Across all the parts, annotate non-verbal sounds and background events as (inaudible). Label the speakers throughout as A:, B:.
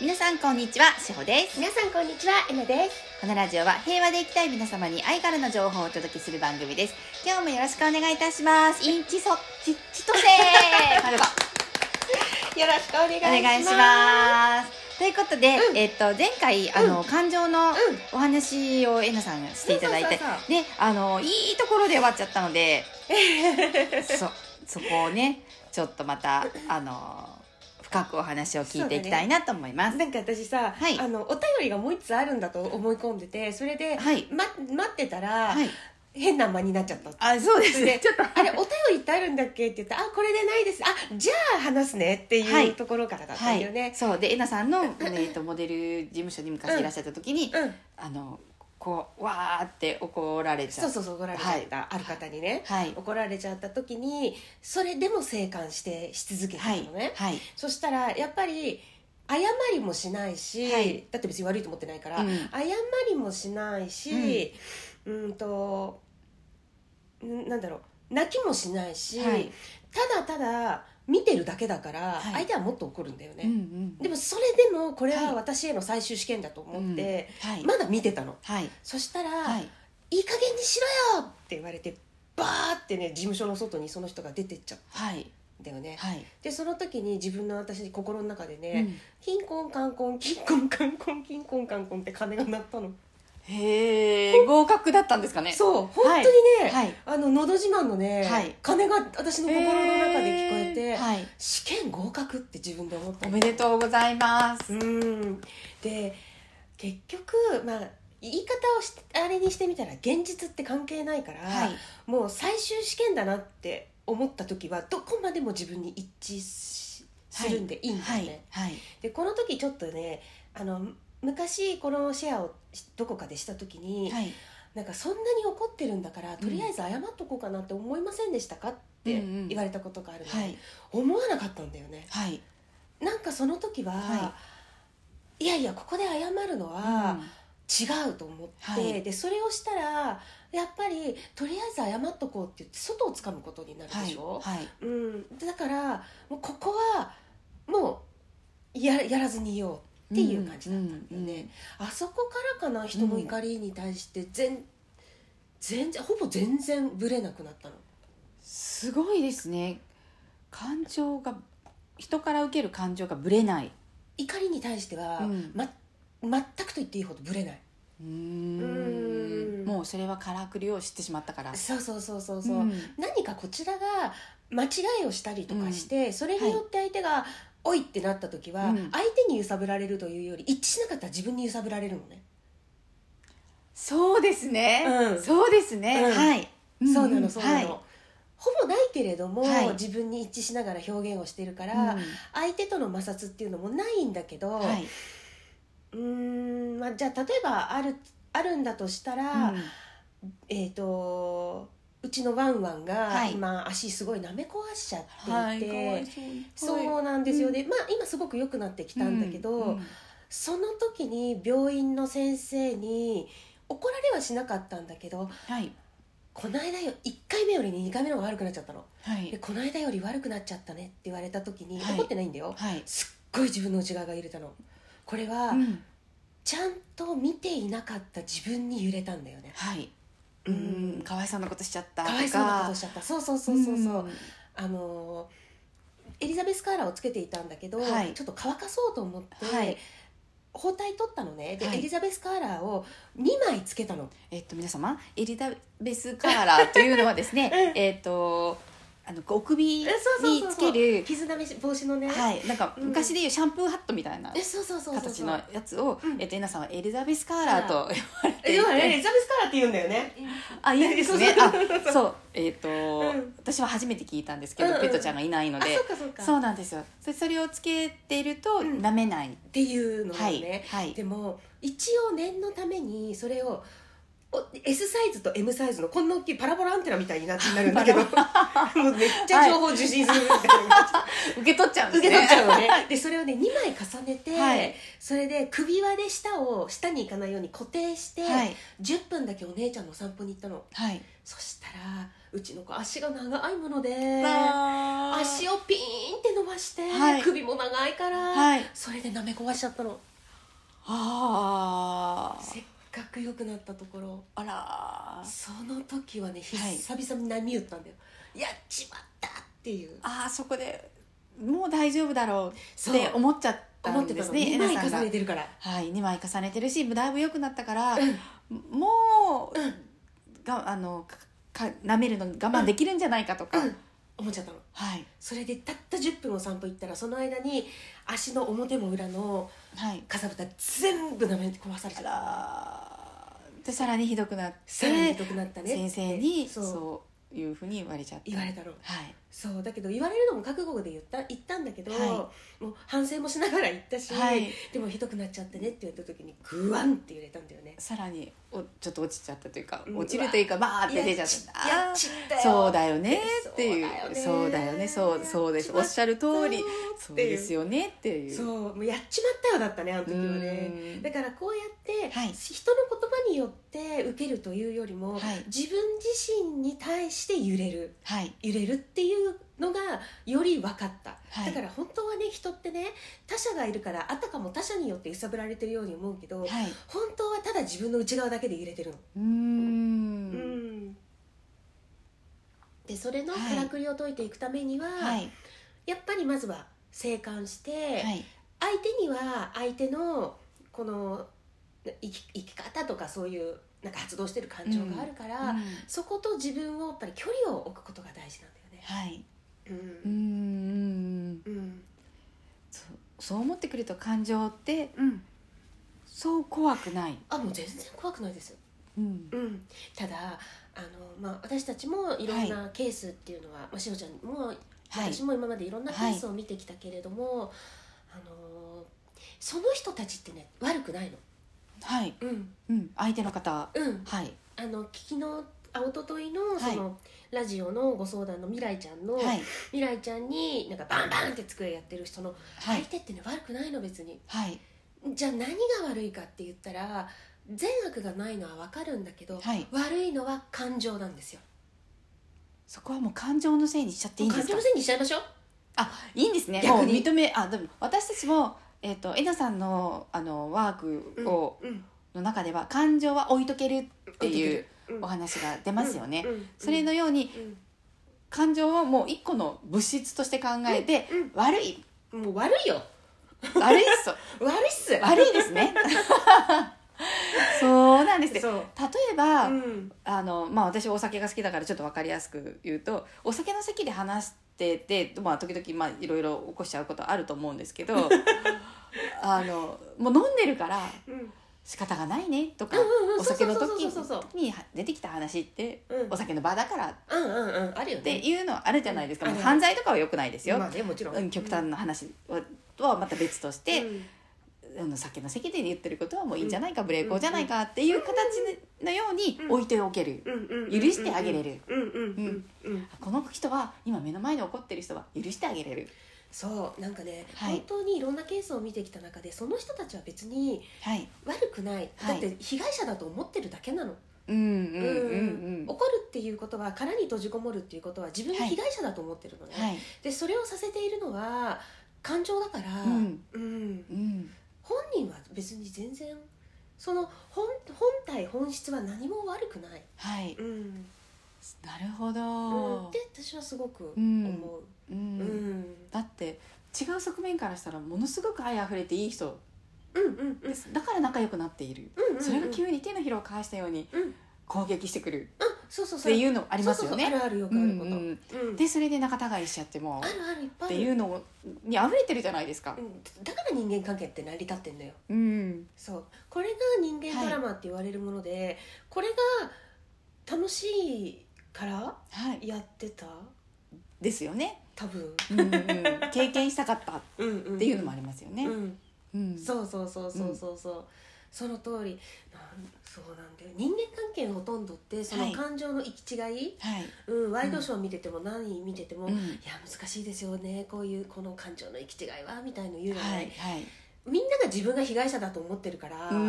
A: 皆さんこんにちは、しほです。
B: 皆さんこんにちは、えなです。
A: このラジオは平和で生きたい皆様に愛からの情報をお届けする番組です。今日もよろしくお願いいたします。インチソ、チッチトセ (laughs) ーマルコ
B: よろしくお願い
A: (laughs)
B: し
A: お願いします。ということで、
B: うん
A: えっと、前回、あの、感情の
B: うん、
A: お話をえなさんがしていただいて
B: そうそうそう、
A: ね、あの、いいところで終わっちゃったの (laughs) で、そ、そこをね、ちょっとまた、あの、深くお話を聞いていきたいなと思います。
B: なんか私さ、
A: はい
B: あのお便りがもう一つあるんだと思い込んでて、それで、
A: はい
B: ま待ってたら、
A: はい。
B: 変な間になっちゃった。
A: あ、そうで
B: そ
A: す
B: れ
A: ね
B: で。
A: ちょっと、
B: あれお便りってあるんだっけって言って、あこれでないです。あじゃあ話すねって
A: はいいう
B: ところからだった
A: は
B: んだよ
A: い、
B: ね。
A: そうでえなさんの、えー、とモデル事務所に昔いらっしゃった時に、
B: うん。
A: あのこうわーって怒られちゃ
B: そう
A: う
B: そうそう怒られちゃった、ある方にね、
A: はい
B: 怒られちゃった時にそれでも静観してし続けてた
A: は
B: の
A: い
B: ね。
A: はい
B: そしたらやっぱり謝りもしないし、
A: はい
B: だって別に悪いと思ってないから、
A: うん
B: 謝りもしないし、うん、とんなんだろう泣きもしないし、
A: はい
B: ただただ見てるだけだから、
A: はい
B: 相手はもっと怒るんだよね、
A: うんうん
B: でもそれでもこれ
A: は
B: はい私への最終試験だと思って、
A: うんはい、
B: まだ見てたの
A: はい
B: そしたら、
A: はいい、
B: い加減にしろよって言われてバーってね事務所の外にその人が出てっちゃっ
A: はい
B: たんだよね、
A: はい
B: でその時に自分の私心の中でね、
A: うん
B: キンコンカンコンキンコンカンコンキンコンカンコンって鐘が鳴ったの
A: へえ合格だったんですかね
B: そう本当
A: は
B: に
A: い
B: ね、
A: はい
B: あの「のど自慢」のね、
A: はい
B: 鐘が私の心の中で聞こえて、
A: へーはい、
B: 試験合格って自分で思った
A: お
B: の
A: めでとうございます、
B: うんで結局まあ言い方をしあれにしてみたら現実って関係ないから、
A: はい
B: もう最終試験だなって思った時はどこまでも自分に一致しするんでいいんだよね、
A: はいはい
B: でこの時ちょっとねあのむ昔このシェアをしどこかでした時に、
A: はい
B: なんかそんなに怒ってるんだからとりあえず謝っとこうかなって思いませんでしたかって
A: うんうん
B: 言われたことがあるので、
A: はい
B: 思わなかったんだよね
A: はい
B: なんかその時は、、
A: はい
B: やいやここで謝るのは違うと思って、
A: はい
B: でそれをしたらやっぱりとりあえず謝っとこうって言って外をつかむことになる
A: は
B: で
A: い
B: しょ、
A: はい
B: うん、だからもうここはもうややらずにいようっていう感じだったんだよね、
A: うんうん
B: あそこからかな人の怒りに対して全,、全然ほぼ全然ぶれなくなったの
A: すごいですね感情が人から受ける感情がぶれない
B: 怒りに対しては、
A: うん
B: ま、全くと言っていいほどぶれないう
A: ーん
B: うん
A: もうそれはからくりを知ってしまったから
B: そうそうそうそうそう、
A: うん
B: 何かこちらが間違いをしたりとかして、それによって相手が、おいってなった時は、
A: うん
B: 相手に揺さぶられるというより一致しなかったら自分に揺さぶられるのね
A: そうですね、
B: うん
A: そうですね、
B: うん
A: はい
B: そうなの
A: ん
B: そうなの、
A: は
B: ほぼないけれども、
A: はい
B: 自分に一致しながら表現をしてるか
A: い
B: ら、相手との摩擦っていうのもないんだけど、
A: うんはいう
B: ーん、まあ、じゃあ例えばあるあるんだとしたら、
A: うん
B: えっ、とうちのワンワン
A: は
B: が
A: い
B: 今足すごいなめ壊しちゃ
A: は
B: っ
A: い
B: ていて、
A: かわい
B: そうなんですよ
A: うん
B: ね、まあ今すごく良くなってきたんだけど、
A: うん
B: その時に病院の先生に怒られはしなかったんだけど
A: はい
B: この間よ1回目より2回目の方が悪くなっちゃったの。
A: は
B: で
A: い
B: この間より悪くなっちゃったねって言われた時に、
A: はい
B: 怒ってないんだよ
A: はい
B: すっごい自分の内側が揺れたのこれは、
A: うん
B: ちゃんと見ていなかった自分に揺れたんだよね
A: はい
B: うん
A: うんかわいそうなことしちゃったとか
B: かわいそうなことしちゃったそうそうそうそうそう、
A: ん
B: あのーエリザベスカーラーをつけていたんだけど、
A: はい
B: ちょっと乾かそうと思って、
A: はい
B: 包帯取ったのねで、
A: はい
B: エリザベスカーラーを2枚つけたの
A: えっと皆様エリザベスカーラーというのはです
B: (laughs)
A: ね、
B: う
A: えっとあのお首につける
B: 傷だめ防止のね、
A: はいなんか
B: うん
A: 昔でいうシャンプーハットみたいな
B: えそうそうそうそう
A: 形のやつを
B: うん
A: えっとえなさんはエリザベスカーラーと呼ばれてい
B: でもねエ
A: て
B: リザベスカーラーって言うんだよね
A: (laughs) あいいですね
B: そうそうそう
A: あそうえっと
B: うん
A: 私は初めて聞いたんですけど
B: うんうん
A: ペットちゃんがいないの
B: あ
A: で
B: そうかそうか
A: そうなんですよそそれをつけていると
B: うん
A: 舐めない
B: っていうのをね、
A: はいはい
B: でも一応念のためにそれをお S サイズと M サイズのこんな大きいパラボラアンテナみたいになってなるんだけ
A: (laughs)
B: どもうめっちゃ情報受信するみたいな、
A: 受け取っちゃうんで
B: 受
A: す
B: け取
A: ね
B: っちゃうのねでそれをね2枚重ねて、
A: はい
B: それで首輪で下を下に行かないように固定して、
A: はい
B: 10分だけお姉ちゃんのお散歩に行ったの
A: はい
B: そしたらうちの子足が長いもので
A: あ
B: 足
A: を
B: をピーンって伸ばして、
A: はい
B: 首も長いから、
A: はい
B: それで舐め壊しちゃったの
A: あ
B: せっかく良くなったところ
A: ああら
B: その時はね久
A: はい
B: 々に波打ったんだよ、やっちまったっていう
A: ああそこでもう大丈夫だろう
B: そ
A: っ
B: う
A: て思っちゃった
B: 思っ
A: ん
B: て
A: で
B: た
A: す
B: の
A: ね
B: 2
A: えな
B: 枚
A: さんが
B: 重ねてるから
A: はい2枚重ねてるしだいぶ良くなったから、もう、があのかか舐めるの我慢できるんじゃないかとか、
B: 思っちゃったの
A: はい
B: それでたった10分お散歩行ったらその間に足の表も裏の
A: はい
B: かさぶた全部舐め壊されちゃ
A: あ
B: っ
A: ら
B: た
A: ーでさらにひどくなって
B: さらにひどくなったねって
A: 先生に
B: そう
A: そういうふうに言われちゃった
B: 言われたの
A: はい
B: そうだけど言われるのも覚悟で言った言ったんだけど、
A: は
B: もう反省もしながら言ったし、
A: はい
B: でもひどくなっちゃってねって言った時にグワンって揺れたんだよね
A: さらにおちょっと落ちちゃったというか
B: うん
A: 落ちるというかバーって出ちゃっ
B: いや
A: たあ
B: やっ
A: ー
B: ちったよ
A: そうだよねっていうそ
B: そうう
A: だ
B: だ
A: よ
B: よ
A: ね
B: ね
A: そうそうですおっしゃる通り
B: やっち
A: そう
B: まったよっていう
A: ですよねっていう
B: そうもうやっちまったよだったねあの時は
A: う
B: ね
A: ん
B: だからこうやって、
A: はい
B: 人の言葉によって受けるというよりも、
A: はい
B: 自分自身に対して揺れる
A: はい
B: 揺れるっていうのがより分かった、
A: はい
B: だから本当はね人ってね他者がいるからあたかも他者によって揺さぶられてるように思うけど、
A: はい
B: 本当はただ自分の内側だけで揺れてるの、
A: うーん
B: うんでそれの
A: はい
B: からくりを解いていくためには、
A: はい
B: やっぱりまずは静観して、
A: はい
B: 相手には相手のこの生き生き方とかそういうなんか発動してる感情があるから、
A: うん
B: そこと自分をやっぱり距離を置くことが大事なんだよね。
A: はいううー
B: ん
A: ん
B: うん
A: そうそう思ってくると感情って
B: うん、
A: そう怖くない
B: あもう全然怖くないですよ、
A: うん
B: うん、ただあの、まあ、私たちもいろんなケースっていうのは、まあ、しおちゃんも
A: はい
B: 私も今までいろんなケースを見てきたけれども、あのその人たちってね悪くないの。
A: はい
B: うん
A: うん相手の方
B: うん、
A: はい
B: あの昨日あ一昨日の
A: はい
B: その、ラジオのご相談の未来ちゃんの、
A: はい
B: 未来ちゃんになんかバンバンって机やってる人の
A: は
B: 相
A: い
B: 手ってね、悪くないの別に
A: はい
B: じゃあ何が悪いかって言ったら善悪がないのは分かるんだけど、
A: はい
B: 悪いのは感情なんですよ
A: そこはもう感情のせいにしちゃっていいんで
B: 感
A: す
B: 情
A: か
B: のせいにしちゃいましょう
A: あいいんですねも
B: 逆
A: う
B: に
A: 認めあでも私たちもえっ、とえなさんのあのワークを、
B: うん、
A: の中では感情は置いとけるっていう
B: うん
A: お話が出ますよね、
B: うんうん
A: それのように感情はもう一個の物質として考えて、
B: うん
A: 悪い
B: うんもう悪いよ
A: 悪いっす
B: 悪いっす
A: 悪いです
B: (laughs)
A: ねそうなんですよ
B: そう
A: 例えば、
B: うん
A: あのまあ、私お酒が好きだからちょっと分かりやすく言うとお酒の席で話してて、まあ、時々まあいろいろ起こしちゃうことあると思うんですけ
B: (laughs)
A: どあのもう飲んでるから
B: うん
A: 仕方がないねとか、
B: うんうん
A: お酒の
B: そう
A: 時
B: そうそうそうそ
A: に出てきた話って、
B: うん
A: お酒の場だからっ
B: うんうんうんあるよね
A: ていうのはあるじゃないですか、
B: うん
A: もう
B: ある
A: 犯罪とかは良くないですよ、
B: まあねもちろん、
A: うん、極端な話ははまた別として。
B: うん
A: あの酒の席で言ってることはもういいんじゃないか、無礼講じゃないかっていう形のように置いておける、
B: うんうんうんうん
A: 許してあげれる
B: うんうんうんうん
A: この人は今目の前に怒ってる人は許してあげれる
B: そうなんかね、
A: はい
B: 本当にいろんなケースを見てきた中でその人たちは別に
A: はい
B: 悪くない、
A: はい
B: だって被害者だと思ってるだけなの、
A: うんうんうんうん
B: 怒るっていうことは殻に閉じこもるっていうことは自分が被害者だと思ってるのね、
A: はい
B: でそれをさせているのは感情だから、
A: うん
B: うん
A: うん
B: 本人は別に全然その本本体本質は何も悪くない、
A: はい
B: うん
A: なるほ
B: うん、
A: ど
B: って私はすごく思
A: う
B: う、うん
A: んだって違う側面からしたらものすごく愛あふれていい人
B: うんうんうん
A: ですだから仲良くなっている
B: うんうんうん
A: それが急に手のひらを返したように
B: うん
A: 攻撃してくる
B: そうそう
A: っ
B: そう
A: ていうのありますよ
B: そうそう
A: ね
B: そうあるあるよく
A: う
B: あ
A: ん
B: るこ
A: う
B: と、
A: ん
B: うん
A: でそれで仲違いしちゃっても
B: あるあるいっぱ
A: っ
B: いある
A: ていうのに溢れてるじゃないですか
B: う。んだから人間関係って成り立ってんだよ
A: うん、
B: そうこれが人間ドラマって言われるもので、これが楽しいから
A: はい、
B: やってた
A: ですよね。
B: 多分、
A: うんうん、経験したかったっ
B: うん
A: ていうのもあ
B: る
A: りますよね
B: う。ん、
A: うん、
B: そうそうそうそうそうそう、その通りなんそうなんだよ人間関係のほとんどってそ
A: は
B: の
A: い
B: 感情の行き違い、
A: はい、
B: うん、ワイドショー見てても何見てても、
A: うん
B: いや難しいですよねこういうこの感情の行き違いはみたいの言うじゃない、
A: はい、はい、
B: みんなが自分が被害者だと思ってるから、
A: うん
B: うん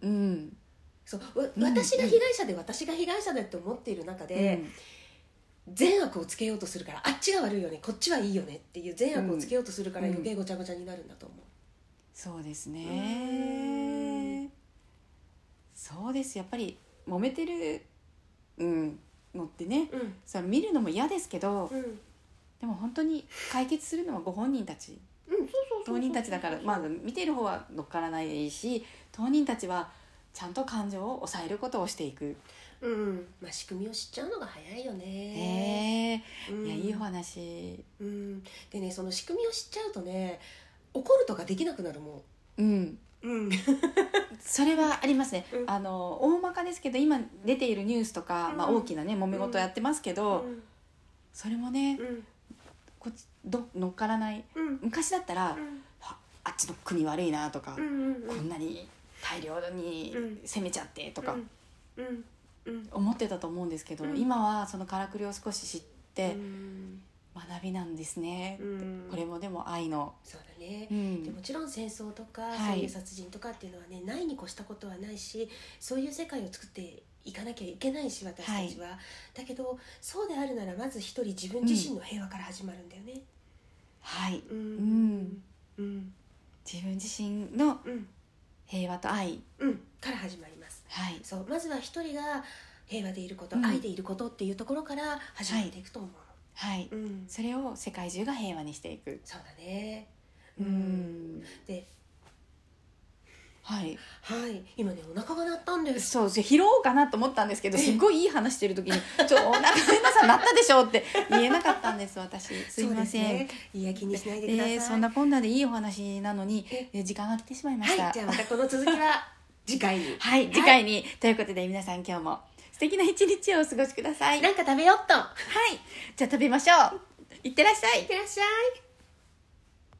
A: うん、
B: そうわ
A: うん
B: 私が被害者で私が被害者だって思っている中で、
A: うん
B: 善悪をつけようとするからあっちが悪いよねこっちはいいよねっていう善悪をつけようとするから
A: うん
B: 余計ごちゃごちゃになるんだと思う、
A: そうです
B: うー
A: ねそうですやっぱり揉めてる、うん、のってね
B: うん
A: それ見るのも嫌ですけど
B: うん
A: でも本当に解決するのはご本人たち
B: うん、そうそうそうそう
A: 当人たちだ (laughs) からまあ見てる方は乗っからないでいいし当人たちはちゃんと感情を抑えることをしていく。
B: うんまあ仕組みを知っちゃうのが早いよね、
A: へ
B: う
A: え
B: ん
A: いやいいお話。
B: うん、でねその仕組みを知っちゃうとね怒るとかできなくなるも
A: うん
B: んうん
A: それはありますね、
B: うん
A: あの大まかですけど今出ているニュースとか、まあ、
B: うん
A: 大きなね揉め事やってますけど、それもね
B: うん
A: こっちど乗っからない
B: うん
A: 昔だったら、
B: うん
A: ああっちの国悪いなとか、
B: うん
A: こんなに大量に
B: うん
A: 攻めちゃってとか
B: うんうん
A: 思ってたと思うんですけど、
B: うん
A: 今はそのからくりを少し知っ
B: う
A: て
B: ん
A: 学びなんですね、
B: うん
A: これもでも愛の、
B: そうだね
A: う
B: で
A: ん
B: もちろん戦争とか、
A: はい
B: そういう殺人とかっていうのはねないに越したことはないしそういう世界を作っていかなきゃいけないし私たちは、だけどそうであるならまず一人自分自身の平和から始まるんだよね。
A: はい、
B: うんうん
A: 自分自身の
B: うん
A: 平和と愛、
B: うんから始まります。
A: はい、
B: そうまずは一人が平和でいること、
A: うん
B: 愛でいることっていうところから始まっていくと思う。
A: はい、
B: うん
A: それを世界中が平和にしていく。
B: そうだね。
A: う。ん
B: で、
A: はい、
B: はい今ねお腹が鳴ったんです。
A: そうです拾おうかなと思ったんですけどすごいいい話してる時に「ちょお腹皆さんなったでしょ」って言えなかったんです私すいませ。
B: そうんですね。いや気にしないでください。
A: えーそんなこんなでいいお話なのに
B: え
A: えー時間が来てしまいま
B: は
A: し
B: い
A: た。
B: じゃあまたこの続きは次回に。
A: はい、次回に、ということで皆さん今日も素敵な一日をお過ごしください。はい、
B: なんか食べよっと。
A: じゃあ食べましょう。いってらっしゃい。
B: いってらっしゃい。